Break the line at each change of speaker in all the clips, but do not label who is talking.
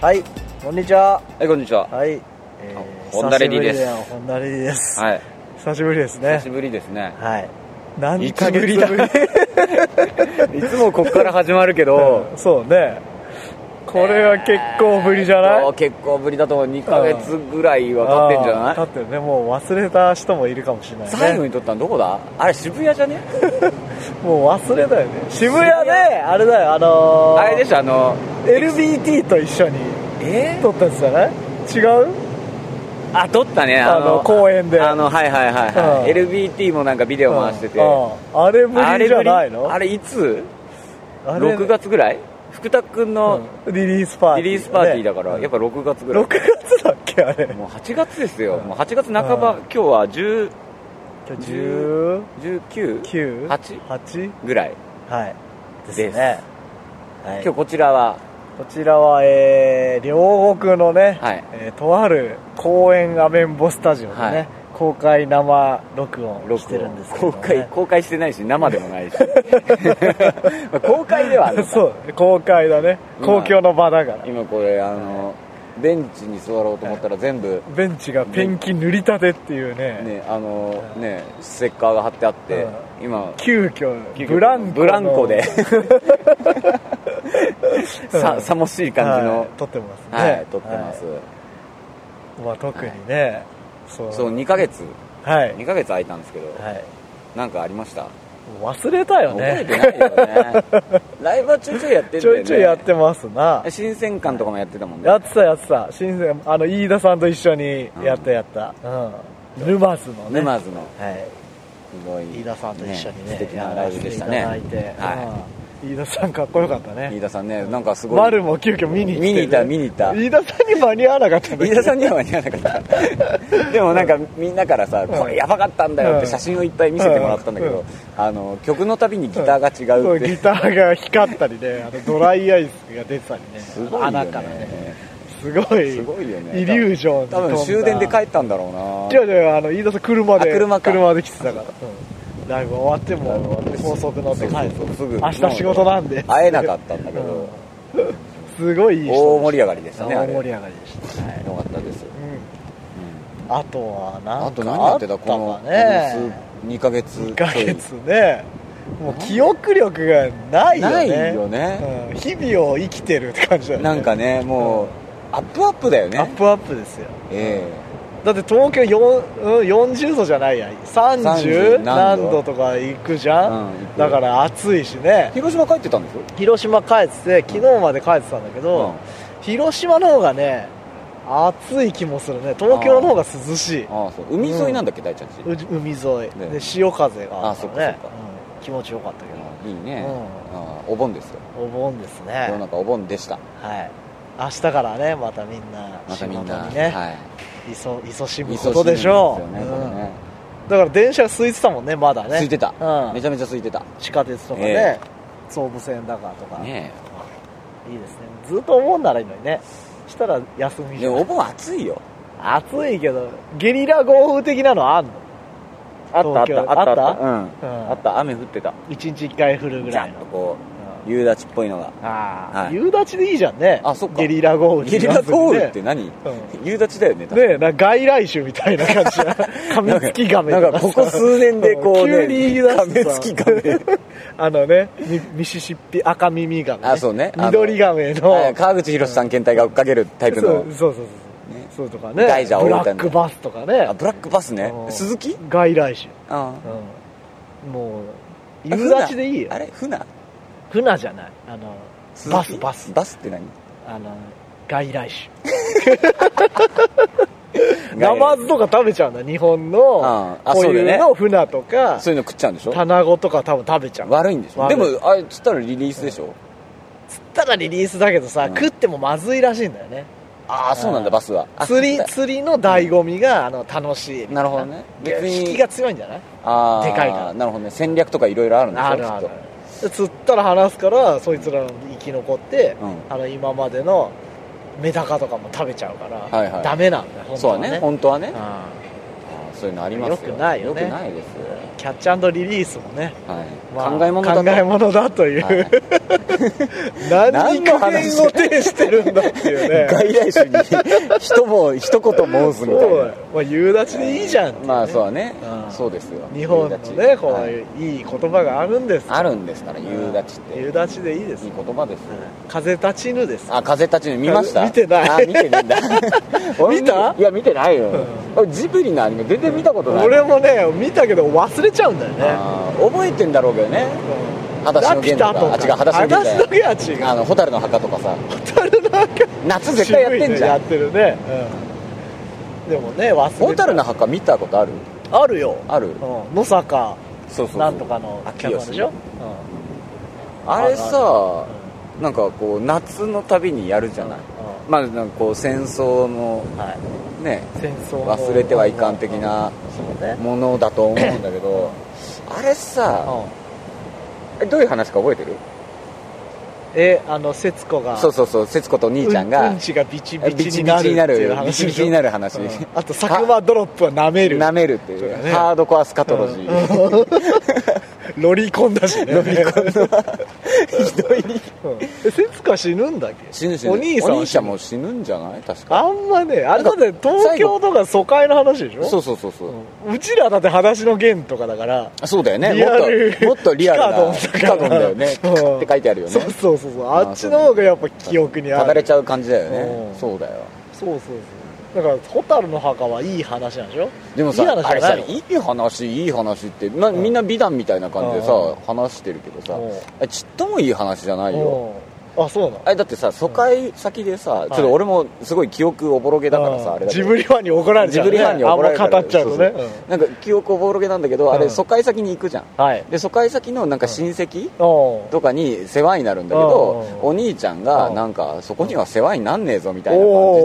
はい、こんにちは。
はい、こんにちは。
はい。
あホンダレディです
ホンダレディです。
はい、
久しぶりです
久
ね
し。ぶりですね。
はい。何ヶ月ぶりだ
いつぶりいつもここから始まるけど、
そうね。これは結構ぶりじゃない、
そう結構ぶりだと思う。2ヶ月ぐらいは経ってんじゃ
あー
ない
経ってるね。もう忘れた人もいるかもしれない、ね。
最後に撮ったのどこだあれ、渋谷じゃね
もう忘れたよね。渋谷
渋
で、
谷
あれだよ、あのー、
あれでしょ、あの、
LBT と一緒に
え
撮ったやつじゃない違う
あ、撮ったね。
あの公園で
あの、はいはいはいは
う
い。LBT もなんかビデオ回してて。
うんあれぶ
あ
り
れ
じ
ぶ
ゃ
り
ないの
あれいつ
あれ
?6 月ぐらい福田くんの
うんリリースパーティ
リ
ー、
リースパーティーだから、やっ
ぱ
ぱ6月ぐらい
6。月だっけあれ
もう8月ですよ。
うん
もう8月半ば、
うん
今日は10、
19
19、8
8
ぐらい。
はいです
す
ね、はい、
今日こちらは、
こちらは、えー両国のね、
はい
えーとある公園アメンボスタジオでね、
はい
公開生録音
録
を
音
してるんですけど、ね、
公開、公開してないし、生でもないし。 まあ公開ではあるの か
そう公開だね
今
公共の場だから
今これ、あの、ベンチに座ろうと思ったら全部、
ベンチがペンキ塗りたてっていうね
ね、あの、ね、ステッカーが貼ってあって、今、
急
急
遽
遽
ブランコの
ブランコで、
う
さ、
ん
さもしい感じ
はい
の、
撮ってますね
はい、撮ってます。
はいまあ特にね、そう
そう、2ヶ月、
はい
2ヶ月空いたんですけど、
はい
なんかありました
忘れたよ
覚
ね
えてないよね。 ライブはちょいちょいやって ん
ち
だよ
ょ
ね。
いちょいやってます な
新鮮感とかもやってたもんね
やってたやってた新鮮あの飯田さんと一緒にやったやった、うん沼津のね
沼津の
はい
すごい
飯田さんと一緒にね
素敵なライブでしたね
やらせていただいて、
は
うん飯田さんかっこよかった
い飯
ね
田さんねなんかすごい
丸も急遽見に来て、ね、
見に行った見に行った
飯田さんに間に合わなかったんだけど
飯田さんには間に合わなかったでもなんかみんなからさ、これやばかったんだよって写真をいっぱい見せてもらったんだけど、
うん
あの曲のたびにギターが違
そうう
って、
ギターが光ったりねあのドライアイスが出てたりね
すごいよね
穴からねすごい
すごいよね
イリュージョンに
多
飛んだ
分終電で帰ったんだろうな
違う違うあの飯田さん車で
あ車か
で来てたから、うんライブ終わって
ライブ終わって
も高速乗って帰る
そうそうそうすぐ
明日仕事なんで
会えなかったんだけど、
すごいいい人でした
大盛り上がりでしたねあ
大
れ
盛り上がりでした、
はいよかったです、
うん、あとはなんか
あと何やって
あ
た
か
この
ね
2ヶ月
1
ちょ
ヶ
い
月ねもう記憶力がないよね
ないよね
うん、日々を生きてるって感じだよね
なんかねもうアップアップだよ
アッ
ね
プアップですよ
え
だって東京4うん40度じゃないや30
30
何度とか行くじゃん、
うん行く
だから暑いしね
え広島帰ってたんですよ
広島帰ってて昨日まで帰ってたんだけど、広島の方がね暑い気もするね東京の方が涼しい
ああそう海沿いなんだっけ大ちゃんち
う海沿い、
ね
で潮風があった
あそっ
ね
かそっか
うん気持ちよかったけ
あいいね
う
ああお盆ですよ
どお盆ですね
世の中お盆でした
はい明日からねまたみんな
ま
仕
たみ
事
んな
にね、
はい
い、そいそしむ
忙しい
ことでしょう
ですよねこれね
うんだから電車が空いてたもんねまだね
空いてた
うん
めちゃめちゃ空いてた
地下鉄とかね、
え
総武線だからとか、
ね
いいですねずっと思うんならいいのにねしたら休み
え
じ
で
ゃん
もお盆暑いよ
暑いけどゲリラ豪雨的なのあんの
あったあっ
東京
たあった
あ
あ
っ
ったたう
う
ん
ん
あった雨降ってた
1日1回降るぐ
じゃ
ら
ん
いの
とこ
うん
う夕立っぽいのが
ああ、
はい
夕立でいいじゃんね
あそっか
ゲリラ豪雨
ゲリラ豪雨って
ね
何
う
夕立だよね多分
ねえなんか外来種みたいな感 じなカミツキガメと
な
か
んかここ数年でこうね
急に言い出した
カメツキガ メ
あのねミミシシッピ赤耳ガメ、
あそうねあの
緑ガメの、
はい川口博さん検体が追っかけるタイプ
そ
の
うそうそうそう、
ね
そうとかね
大蛇を
ブ
置いた
ラ
んだ
ックバスとかね
あブラックバスね
うん
鈴木
外来種、
あ
うん、もう
あ
夕立でいいよ
あれ船
船じゃないあの
鈴木
バスバス
バスって何
あの外来種ナマズとか食べちゃうんだ日本の
ああ
固
そうだ
有
よね
の船とか
そういうの食っちゃうんでしょ
タナゴとか多分食べちゃう
悪いんでしょ
悪
で
い
もあれつったらリリースでしょ
釣ったらリリースだけどさ、
うん
食ってもまずいらしいんだよね
ああそうなん
う
だ
ん
バスはあ
釣り
そうだ
釣りの醍醐味があの楽しいみたい
なるほどね
で
別に
引きが強いんじゃない
あー
でかいから
なるほどね戦略とかいろいろあるんでしょ
あるある
きっ
で釣ったら話すからそいつら生き残って、
うん
あの今までのメダカとかも食べちゃうから、
はいはい
ダメなんだよ本当
そう
は
だ
ね
ね本当はね
あ
あーそういうのありますよ
よくないよね
よくないですよ
あキャッチリリースもね、
はい、
まあ
考え物だと
考え物だという、
はい
何に苦言を呈してるんだっていう ね
外来種に一も一言申すみた
そう
い
だよ、まあ、夕立でいいじゃんってい
な
ね
まあそうだね、
うん
そうですよ
日本の
夕立
ねこう
はい
いういい言葉があるんです
あるんですから夕立っ
夕
て
立でいいです
いい言葉ですよ
風立ちぬです
あ風立ちぬ見ました
見てない
あ見て ないんだ俺
見た
いや見てないよ、俺ジブリのアニメ全然見たことない
俺もね見たけど忘れちゃうんだよね
あー覚えてんだろうけどね
うん
裸足の弦とか
ラピュタ
あ違う裸足の弦じゃな
裸
い
足の弦は
あ
違う
の蛍の墓とかさ
蛍の墓
夏絶対やってんじゃ
や
ん
ってるね、うんでもね忘れちゃう
蛍の墓見たことある
あるよ
ある
うん野坂
そうそうそう
なんとかの
秋
脚
吉
本でしょ、
あれさ
うん
なんかこう夏の旅にやるじゃないまあなんかこう戦争の
うんはい
ね
戦争の
忘れてはいかん的な
そうね
ものだと思うんだけ どあれさ
うん
えどういう話か覚えてる
えあの節子が
そうそうそう節子と兄ちゃん
う
が
んちがビチビ
ビ
チ
チ
に
ビ
な
チ
る
にな
っていう
るビ
話
チ
で
ビ
し
チ
ょ
になる話
うんあと佐久間ドロップは舐める
舐めるってい
そう
う
だね
ハードコアスカトロジー
うんロリコンだしねロリコンだ
ひどい
節子は死ぬんだっけ
死ぬ死ぬ
お兄さんは死ぬ
も死ぬんじゃない確か
あんまねあれだって東京とか疎開の話でしょ
そうそうそうそう
うんうちらだって裸足の弦とかだから
あそうだよね
リアル
もっともっとリアルな
ピ
ピ
カド
カド
ンだから
ンだよ ね
うん
ピカって書いてあるよ
そう
ね
そうそうそう
あ
あっちの方がやっぱ記憶にある
離れちゃう感じだよね
うん
そうだよ
そうそうそうだから蛍の墓はいい話なんでしょ
でもさ
いい話じ
あ
ゃ
れ
な
さ
いの
いい話いい話って、まあ、
ん
みんな美談みたいな感じでさ
うん
話してるけどさ
うん
あちっともいい話じゃないよ
うんあそうなの
あれだってさ疎開先でさ、ちょっと俺もすごい記憶おぼろげだからさ、
うん
あれだけ
ジ
ど
ブリファンに怒られち
ジ
ゃう、ね、
ブリファンに怒られる
あんま語っちゃうとね
そうそうなんか記憶おぼろげなんだけど、あ
う
れ
ん
疎開先に行くじゃん
うんはい
で疎開先のなんか親戚、
お
とかに世話になるんだけど
うん
お兄ちゃん
う
が
ん
なんかそこには世話になんねえぞみたいな感じ
お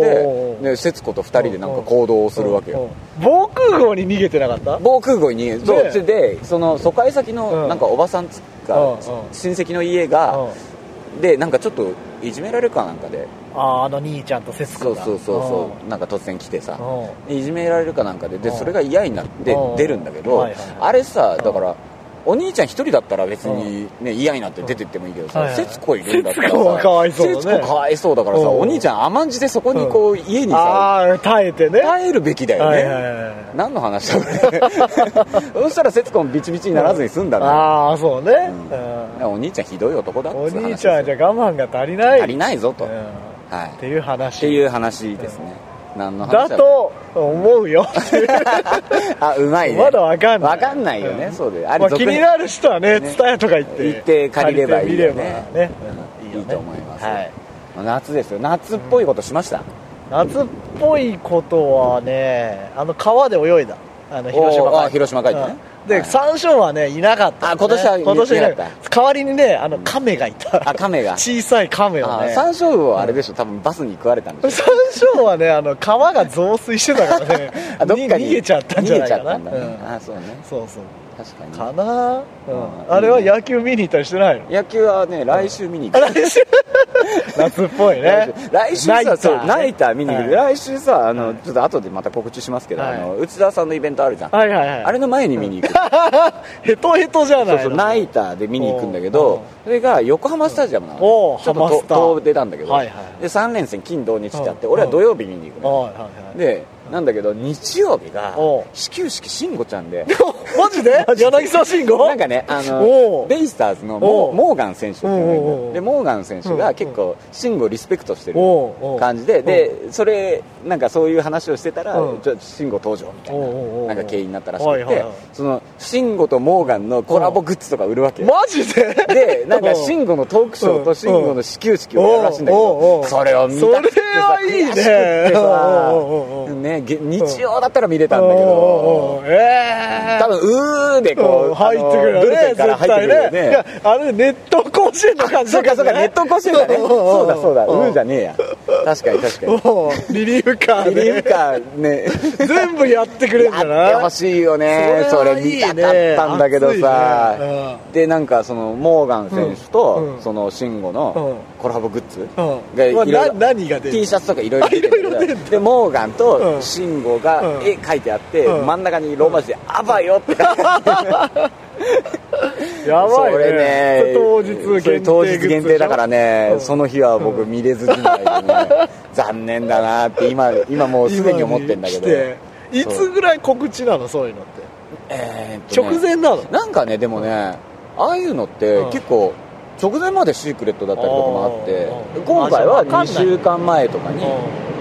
ー
でで節子と2人でなんか行動をするわけよ
防空壕に逃げてなかった
防空壕にそう
ねえ
それでその疎開先
うん
のなんかおばさんつうか
うんうん
親戚の家が
うん
でなんかちょっといじめられるかなんかで
あーあの兄ちゃんと節
そ
子
う
が
そうそうそうなんか突然来てさ
うんうん
いじめられるかなんかでで
うん
それが嫌になって
うん
出るんだけ
は
ど
いはいはい
あれさ
うん
だからお兄ちゃん一人だったら別に、ね、嫌になって出てってもいいけど
はいは
さ
い
節子いるんだったら
節子は
さ
かわいそうだね
節子かわいそうだからさ
うん
お兄ちゃん甘んじてそこにこう家にさ
ああ耐えてね
耐えるべきだよ
はいはい
ね
はい
何の話だこれ そしたら節子もビチビチにならずに済んだんだ
ああそうね、う
ん
ん
よお兄ちゃんひどい男だっ
お
つう話
兄
です
ちゃんはじゃ我慢が足りない
足りないぞと
う
は
ん
い
っていう話
っていう話ですね何の
だ
話
と思う よ
あうまいね
まだわかんない
わかんないよね
うん
そうで
ま
あ
あ
れ
気
続
に
編
なる人はね
ね
ツタヤとか行って
行って借りればいいよね
借りてみればね
うん
よ
い
ね
いと思います
はい
夏ですよ夏っぽいことしました、
夏っぽいことはねあの川で泳いだあの広島
おー
海
あ広島海峡ね
うんで、
はい
山椒はねいなかった、ね、
あ今年はい
今年いなか
いな
っ
かった
代わりにねあの亀がいた
あ 亀が
小さい亀を
あ
ね
山椒魚はあれでしょ多分バスに食われ たんでしょ
山椒はねあの川が増水してたからね
あどっか
逃
に
げちゃったんじゃないかな
逃げちゃったんだね
うん
あそうね
そうそう
確かに
かな、うん、
あ
あれは野球見に行ったりして ないの
野球はね来週見に 行く、
来週夏っぽいね
来週
ナイター
さそうナイター見に行く、
は
来週さあの、
はい
ちょっと後でまた告知しますけど、
はい
あの内田さんのイベントあるじゃん、
はいはいはい
あれの前に見に行く、
ヘトヘトじゃない
そう
の
そうナイターで見に行くんだけど
お
それが横浜スタジアムなの
おー
ちょっ
ハマ
と
スタ
遠出なんだけど、
はいはい
で3連戦金土日ってあって
うん
俺は土曜日見に行くのよ
はいはいはい
でなんだけど日曜日が
おう
始球式慎吾ちゃんで
マジ で柳沢慎吾
なんかねあ
お
の
う
ベイスターズの
お
モ
う
ーモーガン選手っていう
おうおう
の
おう
がでモーガン選手
うんう
が
ん
結構慎吾をリスペクトしてる
おうおう
感じででそれなんかそういう話をしてたら
うん
ちょ慎吾登場みたい
おうおうおう
ななんか経緯になったらし
はい
く
はい
て
はい
その慎吾とモーガンのコラボグッズとか売るわけよ
マジで
でなんか
うん
慎吾のトークショー
う
と
ん
慎吾の始球式をやるらしいんだけ
おうおうお
ど
う
それを見たくてさ
それはいいね
悔しくってさ
おうおうおうおう
ねげ日曜だったら見れたんだけ
おうおうお
ど
うええ
多分うーでこう
入ってくるよ
あのブル
ね
ペンか
絶
ら入って
対
くるよ
ねいや
ね
あれネットコー子園の感じ
そうかそうかネット甲子園だね
うん
そうだそうだ
うん
うんじゃねえや確かに確かに
もうリリーフカー
リリ
で
ーフカーね
全部やってくれるんじ
あ
ゃない
ってほしいよねそれ
はいいね
見たかったんだけど
熱い
さ
ね
でなんかそのモーガン選手
うんう
と
ん
その慎吾のコラボグッズ
うん
が
う
い
ん
ろい
な
ろ
何が出る
T シャツとかいろいろ出てる
あ色々出
け
ん
どでモーガン
う
と
ん
慎吾が
うん
絵描いてあって
うん
真ん中にローマ字で「アバよ」って書いてある
やばい
それ
ね
ね
当日限定
それ当日限定だからね、
うん
その日は僕見れずじまいで ね、残念だなって今今もうすでに思ってんだけど、
今に来てい
そう
つぐらい告知なのそういうのって
えーっとね
直前なの
なんかねでもね、ああいうのって
うん
結構直前までシークレットだったりとかもあって
あー
今回
あ
は
じゃあ分か
2
んない
週間前とかに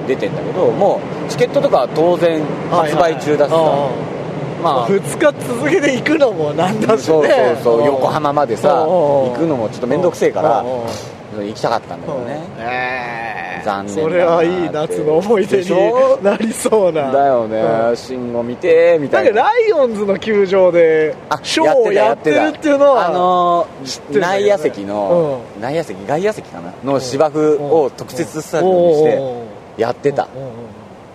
出てんだけどもうチケットとかは当然発売中だしさ、まあ
2日続けて行くのもなんだしね
そうそうそう横浜まで
う
さ
んうんうん
行くのもちょっと面倒くせえから
うんうんうん
行きたかったんだけどね
ええ
残念だな
それはいい夏の思い出
でしょ
になりそうな
だよね、
うん
信号見てみた
なん
い
か
な
ライオンズの球場で
あ
ショーをやってるっていうのは
あのー
ってんだけどね
内野席の、内野席外野席かなの芝生を特設スタジオにしてやってた、
うんうんうんうん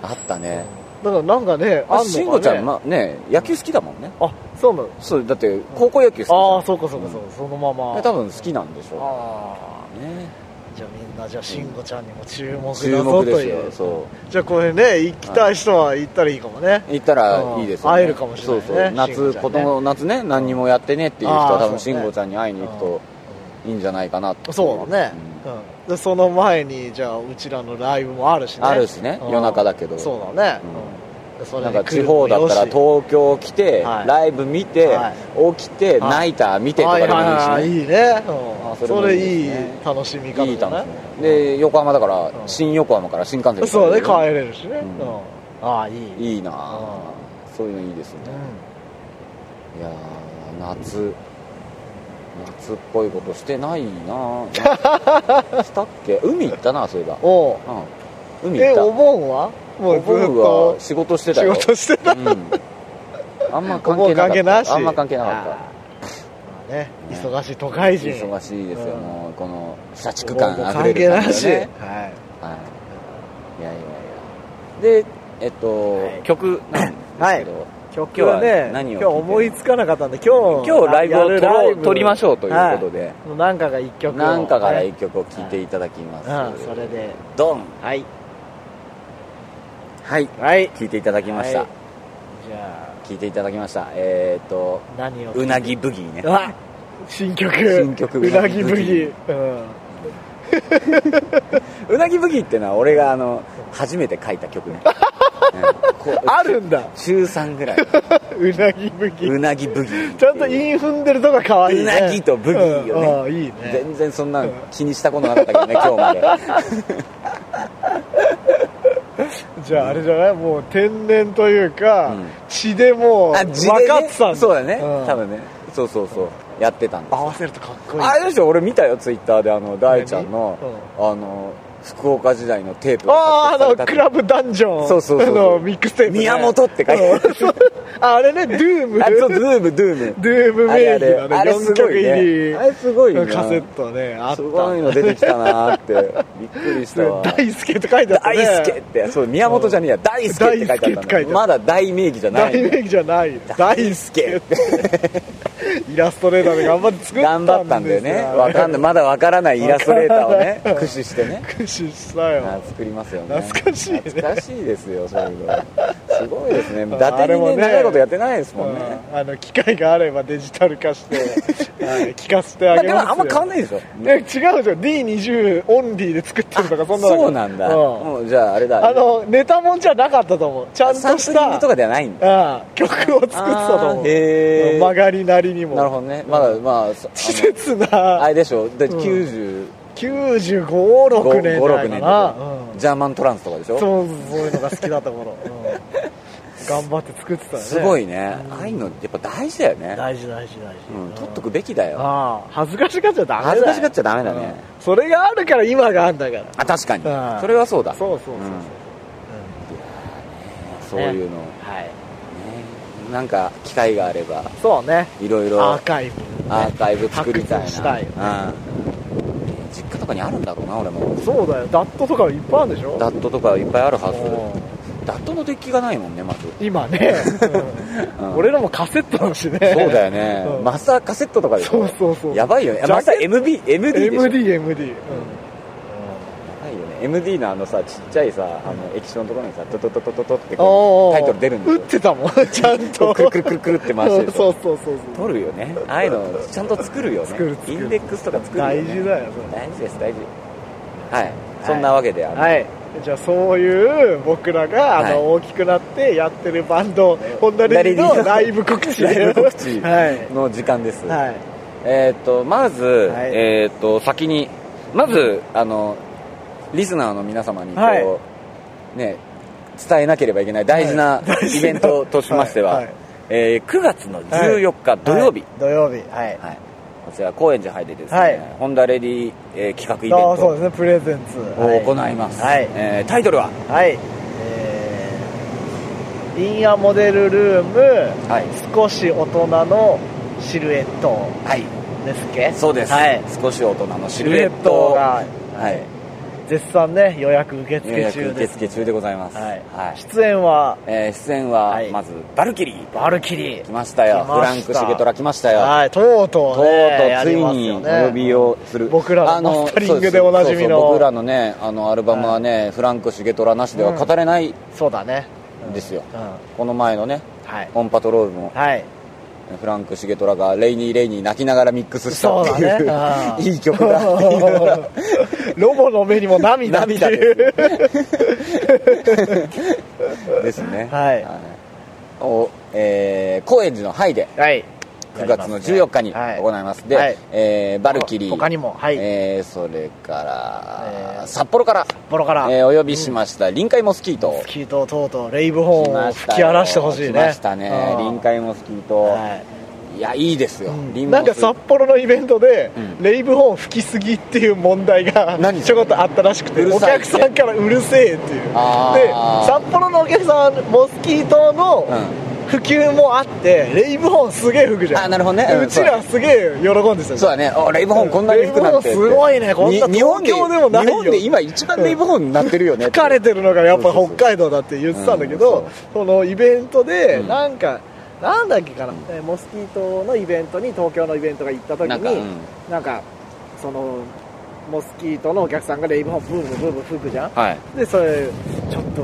あったね、
だからなんかねあんのかね
慎吾ちゃん、ま、ね野球好きだもんね
あそうなの
そうだって高校野球好きじゃん
ああそうかそうかそうかそのまま
ん多分好きなんでしょ
あ
うね
あじゃあみんなじゃあ慎吾ちゃんにも注目だ
注
ぞ
目
と
です
い
よ
う
そう
じゃあこれね行きたい人は行ったらいいかもね
行ったらいいですよ、ね、
会えるかもしれないね
そうそう
慎吾
夏
ちゃんね
今年の夏ね何にもやってねっていう人は
あー
多分
そうね
慎吾ちゃんに会いに行くといいんじゃないかなって
そうだね
ん、
うんでその前にじゃあうちらのライブもあるしね
あるしね
うん
夜中だけど
そうだね、うんそれ
なん
に
か地方だったら
来るのもよし
東京来て、
はい
ライブ見て、
は
起き
は
て、
い
ナイター見てとか
は
で
い
もいいしね、
はいはいいいね、うん
あそ
そ
れも
れ
いい
いい
ですね
楽しみ方
いい
じゃ
楽
な
しみで横浜だから、
ん
新横浜から新幹線
そうね帰
る
れるしね、
うん
うんああいい
いいなあ
う
そういうのいいですね
う、
いやー夏夏っぽいことしてないなあ したっけ海行ったなそういえば、
んおう
うん、海行
え
った
お盆はもうずっ
お盆は
と
仕事してた
仕
よ
事してた
うん、あんま
お
関係
盆
な
関係
か
な
っ
した
あんま関係なかった
たね忙しい都会人
忙しいですよ、
うん
もうこの社畜
お
感
盆
あふ
関
れ
係
る感
な
じ
し、
だよね、
はい
はい、いやいやいやでえっと、
はい
曲なんですけど、
曲はね
今日は何
今
を聞いて
日思いつかなかったんで今日
今日ライブを
やる
撮ろう
ライブ
撮りましょうということで
はもうなんかが一曲を
なんかから
ね
一曲を聴いていただきます、
うんそれで
ドン
はい
はい
はい
聴いていただきました、
はいじゃ
聴いていただきましたえーっと
あ何を
うなぎブギーね
あ新曲
新曲
うなぎブギ
う
うん
うなぎブギーってのは俺があの初めて書いた曲 ね、うんこう
あるん だ
中3ぐらい う
なぎブギ
うなぎブギー
ちゃんと韻踏んでるとか可愛いね
うなぎとブギーよね
うんああいいね
全然そんなの気にしたことなかったけどね今日 まで
じゃああれじゃないもう天然というか
うん
血でもう
あ
分
地でね
かってたん
そうだね、
ん
多分ねそうそうそう、やってたんです
合わせるとかっこいい
あれでしょ俺見たよツイッターであの大ちゃんの、あの福岡時代のテープ
あああのクラ
ブ
ブダンジョン
そうそうそう
のミックステープ、ね、
宮本って書いてある
そう ああれねドゥーム
あそうドゥームドゥーム
ドゥーム
あ
名
れあ
義
れ
のね
あれす
4
ご
曲
い
入
ね
り
あれすごいな
カセットねあった
すごいの出てきたなーってびっくりしたわ
大輔って書いてあった、ね、
大輔ってそう宮本じゃねえや大輔って書いてあったん
大
だ
輔って書いてある
まだ大名義じゃない
大名義じゃない大輔ってイラストレーターで頑張って作ったんで
頑
す
張ったんだよねわ かんないまだわからないイラストレーターをね駆使してね
駆使したよ
あ作りますよね
懐かしいね
懐かしいですよそういうのすご いですね
ん
伊達
あれ
にね
もね
長いことやってないです
う
もんね、
んあの機会があればデジタル化 してはい聞かせてあ
だ
げ
か
ます
らあんま変わんないでしょ
いや違うじゃん D20 オンリーで作ってるとかそんなの
そうなんだ、
うん
もうじゃああれだ
あのネタもんじゃなかったと思うちゃんと
サン
し
プリング
た
とかではないんだ
ああ曲を作ってたと思
あ
う
ーへー
うん曲がりなりにも
なるほどねまだまああの
稚拙
あ
な
れでしょで、
うん
95
956年
56
代か
年と
な
か、
うん
ジャーマントランスとかでしょ
そうそういうのが好きだった頃、うん頑張って作ってたよね
すごいね、ああいうのやっぱ大事だよね、
大事大事大事、
うん、取っとくべきだよ
ああ恥ずかしがっちゃダメだよ
恥ずかしがっちゃダメだね
うんそれがあるから今があるんだから
あ確かに
うん
それはそうだ
そうそうそうそう、
んそ
うん
ういうの、ね
はい
なんか機会があれば
そうね
いろいろ
ア
ア
ーカイブ
ーカイブ作りたいな
発掘したいよね
うん中にあるんだろうな俺も
そうだよダットとかいっぱいあるんでしょ
ダットとかいっぱいあるはず
う
ダットのデッキがないもんねまず、
ん今ね、
うん
俺らもカセットだしね
そうだよね、
うん
マスターカセットとかでしょ
そうそうそう
やばいよね
ジャケ
マスター MB MD でしょ
MDMD うん
やばいよね MD のあのさちっちゃいさあの液晶のところにさトトトトトトってこ
お
う
ー
タイトル出るんです
打
よ
ってた もんちゃんと
くるくるくるくるって回してる
そうそうそうそう
取るよねああいうのちゃんと作るよね
作る作る
インデックスとか作るよ、
大
ね、
事だよそれ
大事です大事はい、そんなわけであの、
はいじゃあそういう僕らがあ
はい
の大きくなってやってるバンド、ホンダ
ダ
レ
レ
ディ
ディ
のライブ告知
ライブ告知
はい
の時間です、
はい
えっ、とまず、
はい
えっ、と先にまずあのリスナーの皆様にこう、
はい
ね伝えなければいけない大事なイベントとしましては、
はいはい
えー9月の14日土曜日、
はい土曜日はい
はいこちら高円寺入ってですね、
はい
ホンダレディ、えー企画イベン
ああそうで
ト
すねプレゼンツ
を行います、
はい
えータイトルは、
はいえーインアモデルルーム
はい
少し大人のシルエット
はい、
ですっけ
そうです、
はい
少し大人のシ
シ
ル
ル
エ
エ
ッ
ッ
ト
ト
を
が
はい、
絶賛ね予約受
予
付
約
中
受
です
付中でございます、
はい
はい
出演は
えー出演は、
はい
まずバルキリー
バルキリー
来ましたよ
来
フ
ま
ラン
し
ク・
た
シゲトラ来ましたよ、
はい、とうと
と
う
う
ね、
と
や
うつい
ります
に
よ
お
ね
呼びをする、
僕らの
あ
マスタリングでおなじみの
そうそう僕らのねあのアルバムはね、フランク・シゲトラなしでは語れない
そうだね、うん
ですよ、
うん、
この前のね
はい、
オンパトロールも
はい、
フランク・シゲトラが「レイニー・レイニー」泣きながらミックスしたって
そう
い
だ
う
ね
いい曲だっていうのが
ロボの目にも涙って
涙
いう
ですよ ですね
はい
おえー高円寺のハイで
はい
9月の14日に
はい
行いますで、
はい
えーバルキリー
他にもはい、
えーそれから、
えー
札幌から、
ボロから、
えーお呼びしました、臨海モスキート
スキーととうとうレイブホ
来
ーン
ま
を
し
吹
た
き
よ
荒らしてほしいね
来ましたね
うん
臨海モスキート、、
はい
やいいですよ、
い
臨
なんか
モス
札幌のイベントで、
うん
レイブホーン吹きすぎっていう問題が
何
ちょこっとあったらしくて
うる
お
さいっ
客
て
さんからうるせえっていうで
あー
札幌のお客さんはモスキー島の普及もあってレイブホーンすげえ吹くじゃん
あなるほどねうん
うちらすげえ喜んでたよ
そうだねおレイブホーンこんなに服なんて
レイブホーンすごいねこんな
に日本で
東京でもないよ
日本で今一番レイブホーンになってるよね
疲れてるのがやっぱ
そうそう
北
そう
海道だって言ってたんだけど、
うん
そのイベントで
うん
なんか、なんだっけかな、えーモスキー島のイベントに東京のイベントが行った時に
な
なんん
か
か、
うん
そのモスキー島のお客さんがレイブホーンブーブーブーブー吹くじゃん
はい
でそれちょっと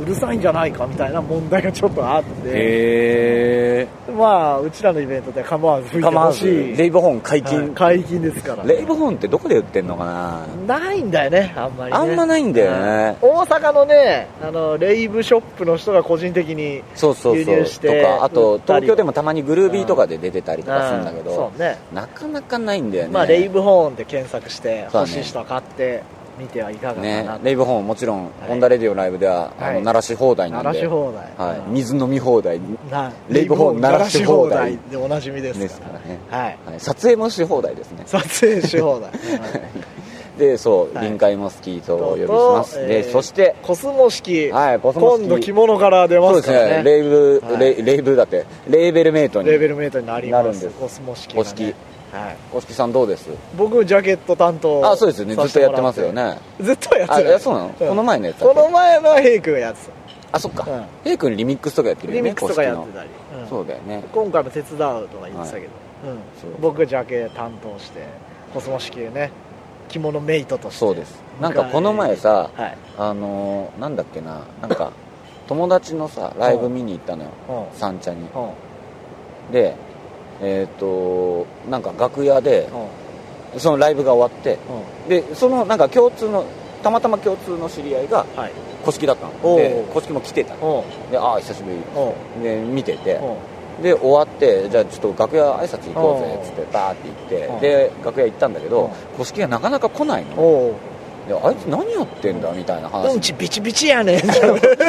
うるさいんじゃないかみたいな問題がちょっとあって
へ
まあうちらのイベントで構わず吹
え
いて
かま
ほ
わ
し
ず
い
レイブホーン解禁、
はい解禁ですから
レイブホーンってどこで売ってんのかな
ないんだよねあんまりね
あんまないんだよね
うん大阪のねあのレイブショップの人が個人的に
そうそう
輸
そう
入して
とかあ
売
と
ったりは
東京でもたまにグルービーとかで出てたりとかするんだけ
う
ど
そうね
なかなかないんだよね、
まあレイブホーンで検索して
そう
欲
だね
しい人は買ってみてはいかがか
ね
な、と
レイブホーンもちろ
い
ん、ホンダレディオライブでは、あ
は
の
い
鳴らし放題なん
鳴
で
らし放題
はい、
うん
水飲み放題
な
レイブホーン鳴らし放
鳴
題
らし放でおなじみで
ですす
か
から
ら
ね、
はい
はい、撮影もし放題ですね
撮影し放題
でそう、
はい
臨海モスキーとお呼びし
と
ます、で
えー
そして
コスモ式
はいコスモ式
今度着物から出
そう
ま
ですす
から
ね
ね
レイブ、
はい
レイレイブだってレーベルメイトに
レーベルメイトになり
な
ま
るん
す
です
コスモ式
公
が
式
ねはい
おしきさんどうです
僕ジャケット担当
あそうですよねずっとやってますよね
ずっとやっ
あ
て
い
る
やそうなの、この前のやつだっ
こ
け
の前のはヘイクがやって
あそっか、
うん
ヘイ君リミックスとかやって
た
る
リ
よね
ミックスとかやってたり、う
公
ん
式のそうだよね
今回も手伝うとか言ってたけど、
そ
う
う
ん、僕ジャケ担当してコスモ式でね着物メイトとして
そうですなんかこの前さ
はい、
あのーなんだっけななんか友達のさライブ見に行ったのよ
うん
三茶に
うん
でえっ、となんか楽屋で
うん
そのライブが終わって
うん
でそのなんか共通のたまたま共通の知り合いが
はい
古式だったの
おう
で古式も来てたの
うん
でああ久しぶり
うん
で見てて
うん
で終わってじゃあちょっと楽屋挨拶行こうぜっつってバーって行
う
って
ん
で楽屋行ったんだけ
う
ど
ん
古式がなかなか来ないの
おう
であいつ何やってんだみたいな話
うんちビチビチやねん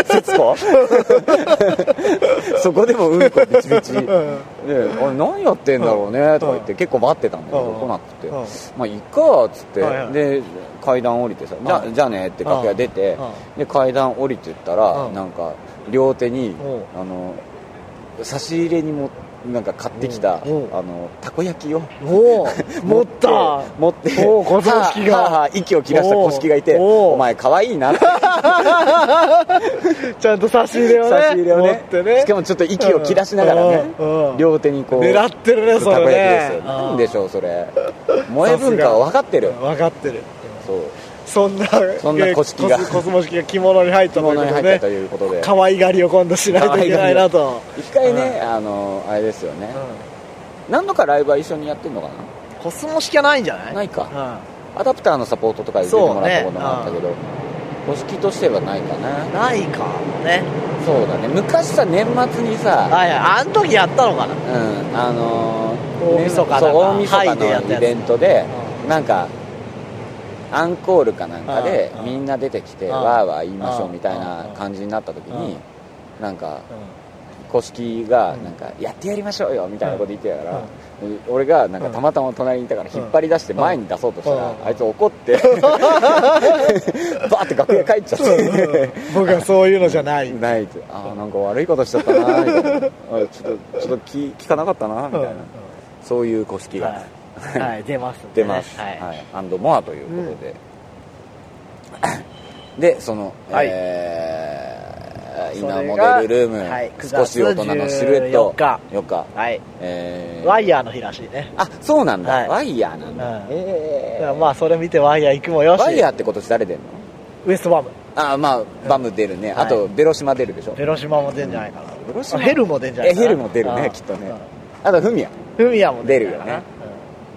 節子そこでもうんこビチビチで
うん
あれ何やってんだろうねとか言って結構待ってたんだけど
うん
来なくて
うんうん
まあいっかっつって
はいはい
で階段降りてさじゃ
うん
じゃあねって楽屋出て
うん
で階段降りてったら
うん
なんか両手に
うん
あの差し入れにもなんか買ってきた、
うんうん
あのたこ焼きを
おお持った
持って
おお小僧式が
はあはあはあ息を切らした小式がいて
おうおう
お前可愛いなって
ちゃんと差し入れをね
差し入れを
持
ね
ってね
しかもちょっと息を切らしながらね、
うんうん
両手にこう
狙ってるねそ
たこ
れ
焼きです
ね
よなんでし
ょ
ょうそれ萌え文化は分かってる
分かってる
そう
そんな
そんな古式が
コスコスモ式が着物に入ったと
着
いうこ
物に
と
入ったと
で
いうことで
可愛がりを今度しないといけないなと
一回ね、あのあれですよね、
う
何度かライブは一緒にやってんのかなん
コスモ式はないんじゃない
ないか
う
アダプターのサポートとか入れてもらったこともあったけど、公式としてはないか
ん
な
ないかもね
そうだね昔さ年末にさ、
はいはいあん時やったのか な
うんあの
大晦日だか
そう大晦
ハイでやっ
日
たや
のイ
つ
ベントで
う
なんかアンコールかなんかで
うん
みんな出てきて
うん
わーわー言いましょう
うん
みたいな感じになった時になんか
う
公式がなんかやってやりましょうよみたいなこと言ってたから俺がなんかたまたま隣にいたから
うん
引っ張り出して前に出そうとした
う
ら
ん
あいつ怒ってバーって楽屋帰っちゃって
ん僕はそういうのじゃない
ないってああなんか悪いことしちゃったなみたいなあちょっとちょっと聞聞かなかったなみたいな、そういう公式が
はいはい出ますんで
出
ね
ます、
はい
はいアンドモアということで、 でその、
はい
えー、
それが
今モデルルーム、
はい
少し大人のシルエット
9月
4日
はい
えー
ワイヤーの日らしいね
あそうなんだ、
はい
ワイヤーなんだ、
うん
え
だ
ー
からまあそれ見てワイヤー行くもよし
ワイヤーって今年誰出るの
ウエストバム
あまあバム出るね、
はい
あとベロシマ出るでしょ
ベロシマも出んじゃないかな、
ベロシマ
ヘルも出んじゃない
え
かな
ヘルも出るねきっとねあとフミヤ
フミヤも出るよ
出るよ
ね
ね、
うん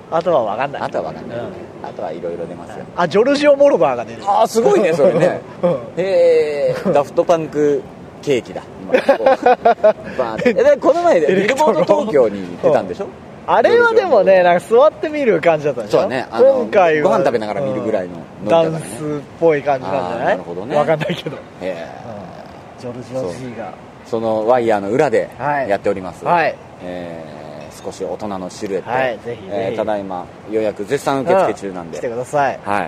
あとは分かんない
あとは分かんない、
うん
あとはいろいろ出ますよ、
あジョルジオ・モロバーが出る
ああす ごいねそれね
うん
へえダフトパンクケ ーキだ今こうバーンってえでこの前でビルボード東京に出たんでしょ
あれはでもねなんか座って見る感じだったでしょ
そうだねあの
今回は
ご飯食べながら見るぐらいの
うん
飲
ダ
み方
ン
ね
スっぽい感じなんじゃない
あーなるほどね
分かんないけど、
え
ジョルジオ G が
そのワイヤーの裏で
はい
やっております、
はい
えー少し大人のシルエット、
はいぜひぜひ
えーただいま予約絶賛受付中なん
う来て
で、
ください
はい
は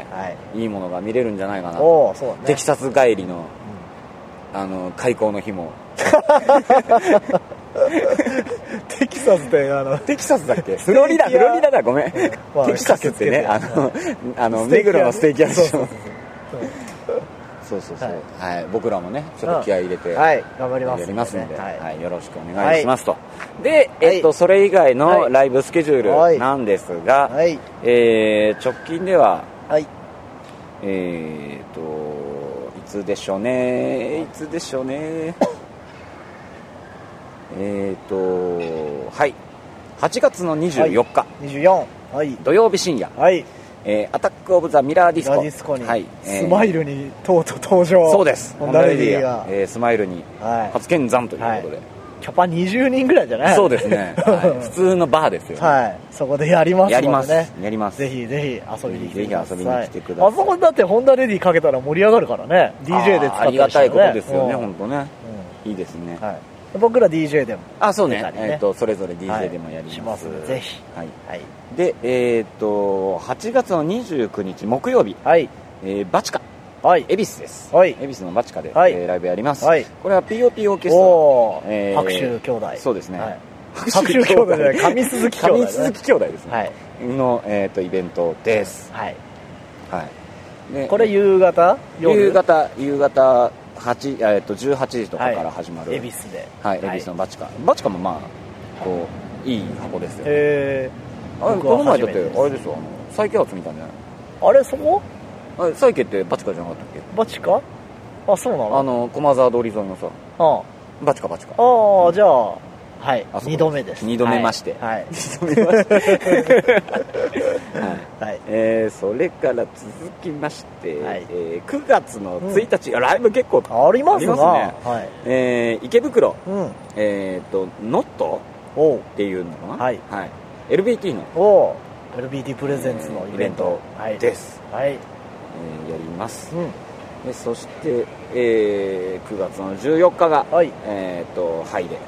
い
いいものが見れるんじゃないかなと
おおそうだね
テキサス帰りの,、あの開校の日も
テキサスってあの
テキサスだっけフロリダ
ステー
フ
キ屋
ロリダだごめん、テ
まあ
キサスってねあ
駆
のあの
ステー
目
キ屋
黒のステーキ屋でし
そう
ょ
そうそうそう
そうそうそうはい、僕らもねちょっと気合い入れて、
はい頑張ります
やりますんで、
ね
はい
はい
よろしくお願いしますと、で、
はい
えっと、それ以
は
外の
い
ライブスケジュールなんですが、
はい
えー直近では
はい
えー、といつでしょうねいつでしょう ねえっとはい8月の24日、
24はい
土曜日深夜、
はい
えーアタック・オブ・ザ・ミラーディスコ
ラディスコに、
はいえー
スマイルにとうとう登場
そうです
ホンダレディ
ホン
が
ダレディえースマイルに
は
初見山ということで、
いキャパ20人ぐらいじゃない
そうで すね、はい普通のバーですよ、ね
はいそこでやりますのでね
やりますやります
ぜひぜひ遊びに来てください
ぜひぜひ遊びに来てください
あそこだってホンダレディかけたら盛り上がるからね DJ で使
あーあ
っ
り
た
が
りしたて
いこ
もね
とですよね
うん
本当ね
うん
いいですね、
はい、僕ら DJ でも
あそうね
出たり
えっとそれぞれ DJ でもやります,、
はいしますぜひ
はい、
はい
でえっと8月の29日木曜日、
はい
えーバチカ
はい
恵比寿です、
はい
恵比寿のバチカで、
はい
えーライブやります、
はい
これは POP オーケスト
おお、
えー
白州兄弟
そうですね
はい、
ラ
白州兄弟じゃない上鈴木兄弟、ね、
上鈴木兄弟ですね、
はい
の、えっとイベントです、
はい
はいで
これ夕方夜
夕方夕方8えっと18時とかから始まる、
恵比寿では
はい、恵比寿のバチカ、バチカもまあこういい箱ですよ、ね
え
あれ
僕
こ
は
の前だって
初めてです
あれでしょあのサイケアツみたいな
ー、あれそこ
あれサイケってバチカじゃなかったっけ
バチかあそうなの
あの駒沢通り沿いのさ
あ
バチカバチカ
あーじゃあはい
あそこです
二度目です
二度目まして
はい、はいはい
えー、それから続きまして、
はい
えー9月の1日、ライブ結構
ありますな
ありますね
はい
えー池袋
うん
えっ、とノット
おう
っていうのかな
はい、
LBT の、
おう LBT プレゼンツのイベント,、
えーイベントです
はい、
えーやります
うん
でそして、えー9月の14日が、
はい
えっ、とハイで、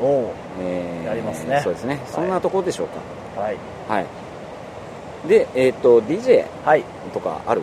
おう
えー
やりますね
そうですねそんなところでしょうか、
はい
はい。で、えっ、と、DJ
はい
とかある、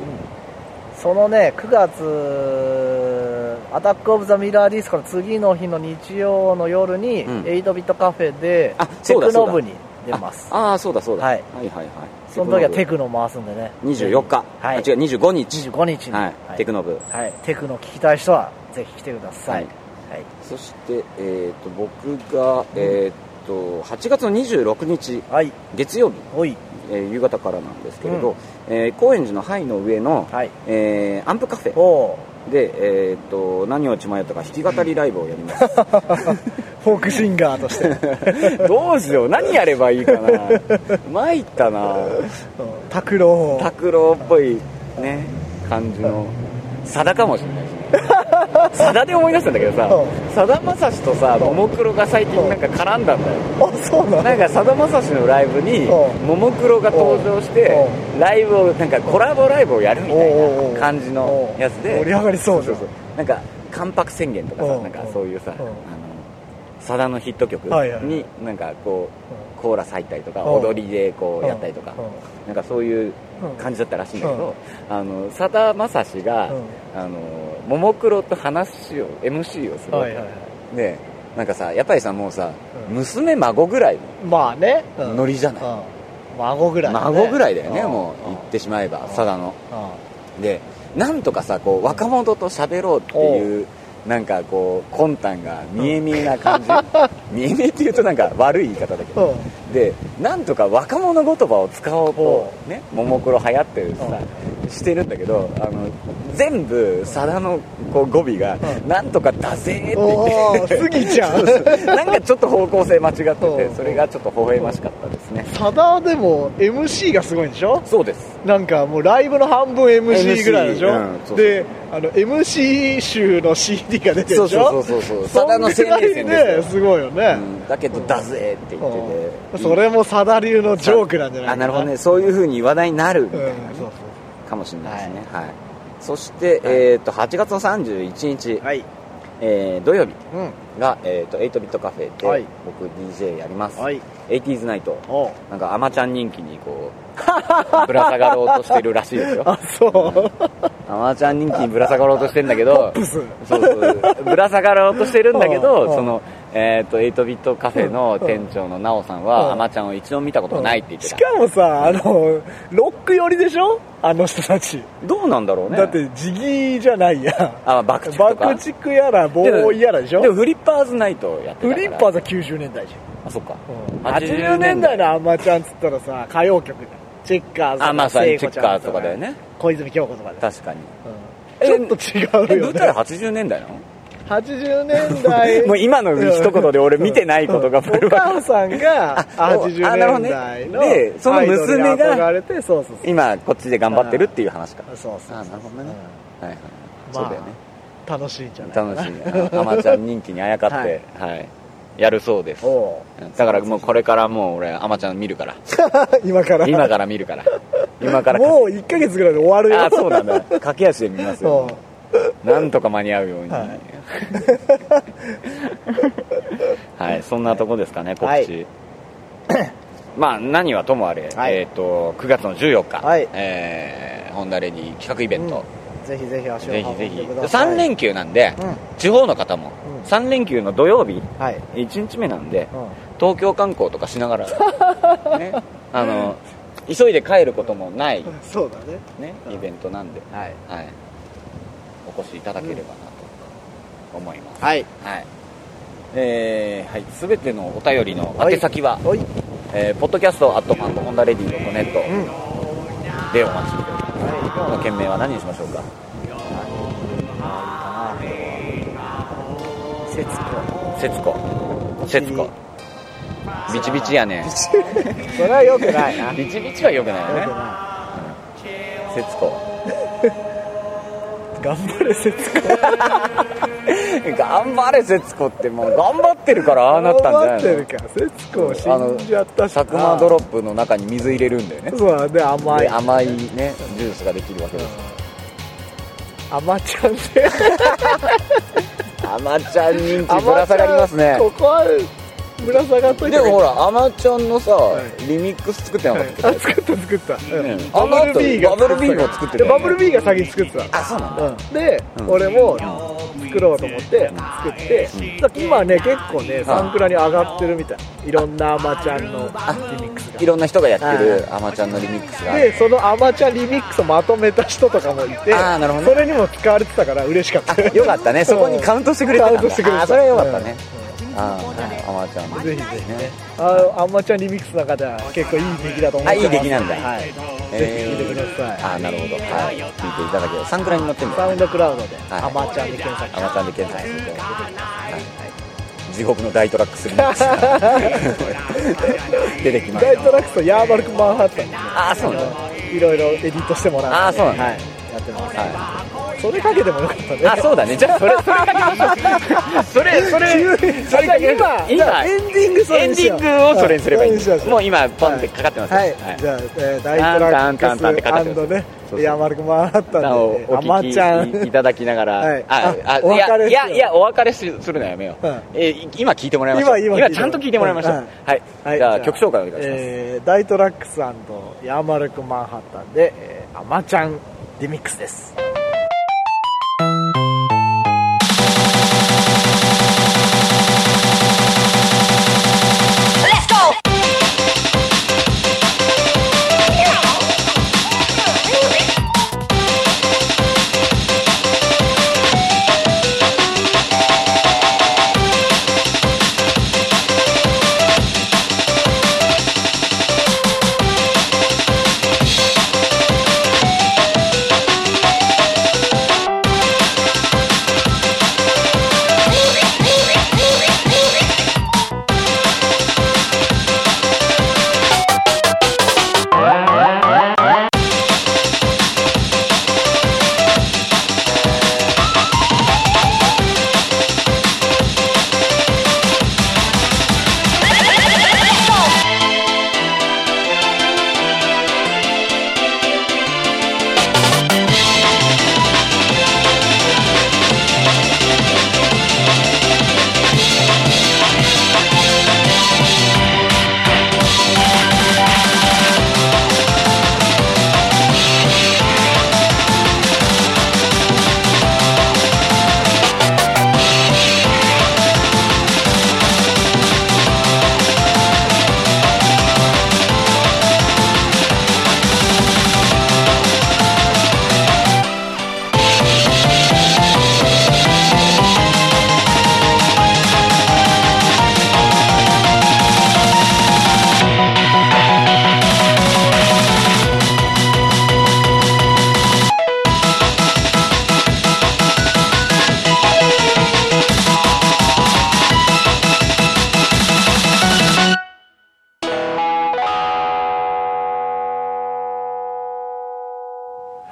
そのね9月アタック・オブ・ザ・ミラー・ディスコの次の日の日曜の夜に、
うん
エイトビットカフェで
あ
テ
そうだ
ク
そう
ノ
だ
部に出ます
ああそうだそうだ、
はい
はいはいはい
その時はテ
ク
クノ回すんでね
ノ部24日、
はい
あ違う25日
25日に、
はい、テク
ノ
ノ部
はい、テクノ聞きたい人はぜひ来てください、
は
はい
そして、えー、と僕が、えー、と8月の26日
はい、
月曜日、
おい、
えー夕方からなんですけれど、
うん
えー高円寺のハイの上の、
はい、
えーアンプカフ
お
ェ
お
で、えー、と何をちまやったか弾き語りライブをやります
ー、フォークシンガーとして、うん
どうしよう何やればいいかな参ったな
拓郎、
拓郎っぽいね感じのさだかもしれないですねさだで思い出したんだけどさ
う
さだまさしとさももクロが最近なんか絡んだんだよ
あそうなの
なんかさだまさしのライブに
うん
ももクロが登場して
う
ライブをなんかコラボライブをやるみた
おうおう
い
おう
な感じのやつで
盛り上がりそうじゃん
そうそうなんか「関白宣言」とかさ
うん
なんかそういうさあ
うん
のさだのヒット曲
はいはい
になんかこうコーラス入ったりとか
うん
踊りでこうやったりとかなんかそういう感じだったらしいんだけど、あのさだまさしが、
うん
あのももクロと話を MC をする、
はいはいはい
でなんかさやっぱりさもうさ、
うん
娘孫ぐらい
まあね、う
のノリじゃない、
うん孫ぐらいだね、
孫ぐらいだよね、
うん
もう言ってしまえば
うん
さだの
うん
でなんとかさこう若者と喋ろうっていう、なんかこう魂胆が見え見えな 感じ、見え見えっていうとなんか悪い言い方だけど、
うん
でなんとか若者言葉を使おうと
お
ねももクロ流行ってるしさしてるんだけどあの全部さだのこう語尾が
う
なんとかだぜって
お
言っ
お
て
スギちゃ ん
なんかちょっと方向性間違って
う
て
ん
それがちょっと微笑ましかったですね
ただでも MC がすごいんでしょ
そうです
なんかもうライブの半分 MC ぐらいでしょ、
うんそうそう
であの MC 集の CD が出てる
そう
でしょ
そうそうそう
そ
さだ
ん
の青
ぐ
年
らい
線で
ね
すよ
すごいよね
う、んだけどだぜって言って
うん
て
それもさだ流のジョークなんじゃない
あなるほどねそういうふうに話題になるみ
う
たい
ん
なね
そうそう
かもしれないですねはいそしてえっと8月の31日
はい
えー土曜日
うん
が、えー、と8ビットカフェで、
はい
僕 DJ やります、
はい
80s ナイト
おう
なんかあまちゃん人気にこうぶら下がろうとしてるらしいですよ
あそう
あまちゃん人気にぶら下がろうとしてんだけど
ブス
そうそうぶら下がろうとしてるんだけ
うんう
ど
ん
その、えー、と8ビットカフェの店長のなおさ
う
ん
ん
はあまちゃんを一度見たことがないって言って
したかもさあのロック寄りでしょあの人たち
どうなんだろうね
だってジギーじゃないやん
あ爆竹とか
爆竹やら棒やらでしょ
でもフリッパーズナイトやってた
フ
から
リッパーズは90年代じ
あそっか、
ゃん、80年代のアンマちゃんっつったらさ歌謡曲だチェッカーズとか
あまあさ
聖子
チェッ
ち
カ
ゃ
ー
ん
ズとかだよね
小泉京子とかで、
確かに
うんちょっと違
え
うよ
舞
ね
台80年代なの
80年代
もう今の一言で俺見てないことが
うんお母さんが
あおあ
80
なるほど
年
ね
代の
でその娘が
アイドルに憧れてそうそうそう
今こっちで頑張ってるっていう話か
そうそうそう
あなるほどねはいはい
うん
そうだよね
まあ楽しいんじゃないかな
楽しいあまちゃん人気にあやかってはいやるそうで す
お
だからもうこれからもう俺あまちゃん見るから
う 今から
今から見るから今から
もう1ヶ月ぐらいで終わるよ
あそうなんだ駆け足で見ますよ
う
なんとか間に合うように
は
はい
い、
そんなとこですかね告知、
はい
まあ何はともあれ、
はい
えっ、と9月の14日、
はい
えーホンダレディ企画イベント、
んぜひぜひ足
ぜ
を
ひ
運
ぜ
ん
ひ
でください
3連休なんで、
うん
地方の方も、
うん
3連休の土曜日
はい、
1日目なんで
うん
東京観光とかしな がら、ね、あの急いで帰ることもない、
そうだね
ね、イベントなんで、
はい
はい、お越しいただければなと思います、
はい
はいえーはい、全てのお便りの
はい
宛先は、
おい
えー、ポッドキャストアットマンホンダレディドットネット
うん
でお待ちしております
はい
件名は何にしましょうか
あーいいかな節
節子節子ビチビチやね
子それはよくないなよ
ビチビチはよくない
くない
よね節子
頑張れ節子
頑張れ節子ってもう頑張ってるからああなったんじゃな
頑張っ
いの
てるから節子死んじゃったしな
サクマドロップの中に水入れるんだよね
そうだね甘
で
い
甘いねジュースができるわけです
甘ちゃんで
甘ちゃん人気
甘
ぶら下がりますね
ここはぶら下がっといて
でもほらアマちゃんのさ、
い
リミックス作ってなかったっけ、
あ作った作った、うん
ね
バブル B が
バブル B も作ってた
で
よね
バブル B が先に作ってた
あそうなんだ、
うん、で、
うん
俺も作ろうと思って作って、だから今ね結構ねサンクラに上がってるみたいいろんなアマちゃんのリミックス
いろんな人がやって
はい
るアマちゃんのリミックスが
がでそのアマちゃんリミックスをまとめた人とかもいて
あーなるほどね
それにも使われてたから嬉しかった
あよかったねそこにカウントしてくれてたんだ
カウントしてくれてた
あそれはよかったね、
うん
あーアマちゃんの
ぜひぜひねあアマちゃんリミックスの中では結構いい出来だと思ってます
あいい出来なんだ
はい、ぜ
え
ひ聞いてください
あーなるほどはい聞いていただければサンクラに載ってるんだ
サウンドクラウドで、
はい
アマちゃんで検索
アマちゃんで検索していただければはい地獄の大トラック スリミックスが 出てきま
大
し
ト
た
ラックスとヤーバルクマンハッタンでね
あーそうなんだ
いろいろエディットしてもらって
あーそうなんだ
はい、やってます、
は
それかけてもよかったね
い、あそうだねじゃあそれそれ
それそれ急にそれ今
今
じゃあエンディングそれ
エン
に
デ
し
ィ
よ
ン
う
グをそれにすればいいん
はいそれにし
だ
ましょう
もう今ポンってかかってますよ
はい、じゃあ、えー、大トラッ
タンタンタンって
クス
かかってます
ね
そうそう
ヤーバルクマンハッタン
なお
で、
お
アマ
聞
ちゃん
きいただきながら、
はい
あ
あ
あ
お別れ
い
しよ
やい
う
やいやお別れするするのやめよう、
うん
えー今聞いてもらいました
今今聞いて
ちゃんと聞いてもらいました、
うん
はい、じゃあ曲紹介お願いします、
えー、大トラックスヤーマルクマンハッタンで、えー、アマちゃんリミックスです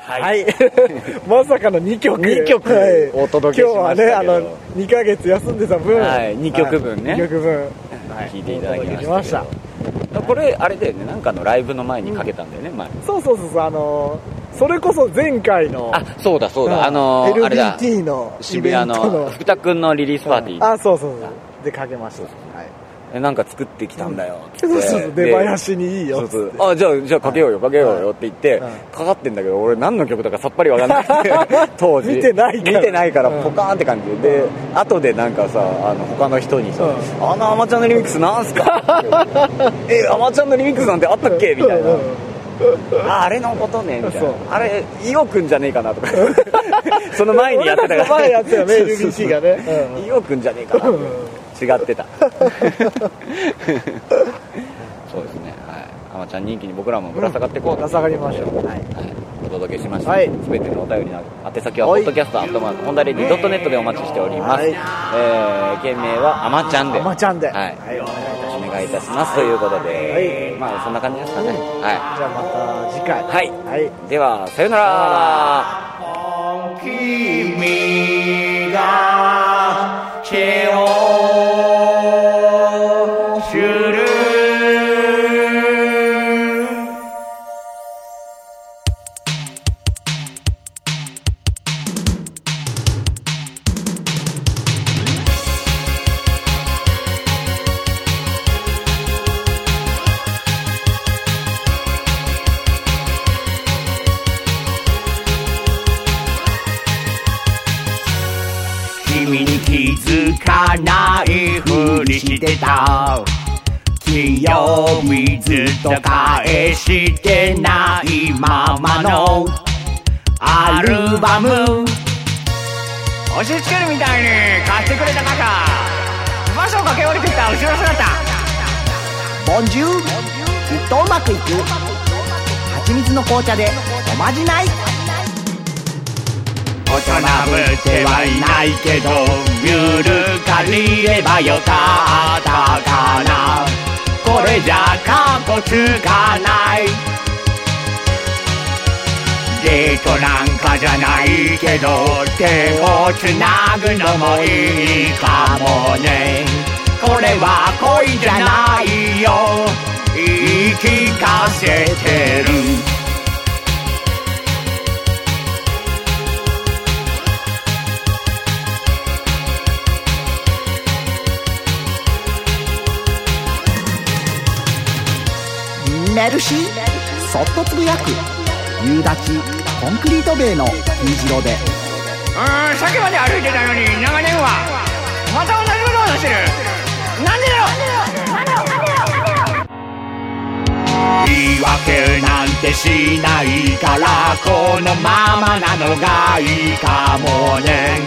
はいまさかの2曲
二曲
はい
お届けしましたけ
今日は
ど
ねあの2ヶ月休んでた分、
はい二曲分ね
2曲分、
聞いていただきましたけど
お届けました
これあれだよねなんかのライブの前にかけたんだよね、前
そうそうそうそうあのそれこそ前回の
あそうだそうだ、
うん
あのーあれだ
LDT のイ
渋
ベント
谷の
の
福田君のリリースパーティー、
あそうそうそうでかけましたはい
えなんか作ってきたんだよつって
そうそうそう出囃子にいいよ
そう
っつ
そ
っ
う
て
あじゃあじゃあかけようよ、かけようよって言って、
はい
かかってんだけど俺何の曲だかさっぱりわか んなくて当時
見てないから
見てないから
うん
ポカーンって感じで、後でなんかさあの他の人にさ、
う
あのアマちゃんのリミックスなんすか?」 ってえアマちゃんのリミックスなんてあったっけ?」みたい
う
な
ん
「ああれのことね」みたい
そう
な「あれ伊オくんじゃねえかな」 とかその前にやってた
俺たちの
から
前やってたよね LDT がねうん
伊オくんじゃねえかなって違って たそうですねはいあまちゃん人気に僕らもぶら下がっていこうと、
ぶら下がりましょうはい
はい、お届けしました、
はい
すべてのお便りの宛先はポ
はい
ッドキャストアットマークホンダレディドットネットでお待ちしております、
はい
えー、件名はあまちゃんで
アマちゃんで
はい
はいお願いいたします
お願いいたしますということ
は
で、
い
まあそんな感じですかね、は
じゃあまた次回
はい
はい
い、ではさようなら
君が知恵を知る
「
にしてた金曜日ずっと返してないままのアルバム押し付けるみたいに貸してくれた方場所を駆け下りてきた後ろ姿
ボンジュールきっとうまくいく蜂蜜の紅茶でおまじない
大人ぶってはいないけどミュール借りればよかったかなこれじゃカッコつかないデートなんかじゃないけど手をつなぐのもいいかもねこれは恋じゃないよ言い聞かせてる
メルシーそっとつぶやく夕立コンクリート塀の虹色で
うーんさっきまで歩いてたのに長年はまた同じことをしてるなんでだろう言い訳なんてしないからこのままなのがいいかもね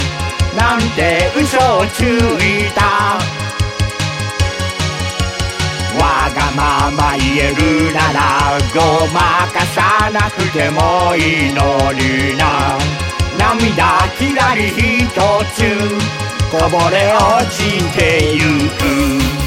なんて嘘をついたわがまま言えるならごまかさなくてもいいのにな涙きらりひとつこぼれ落ちてゆく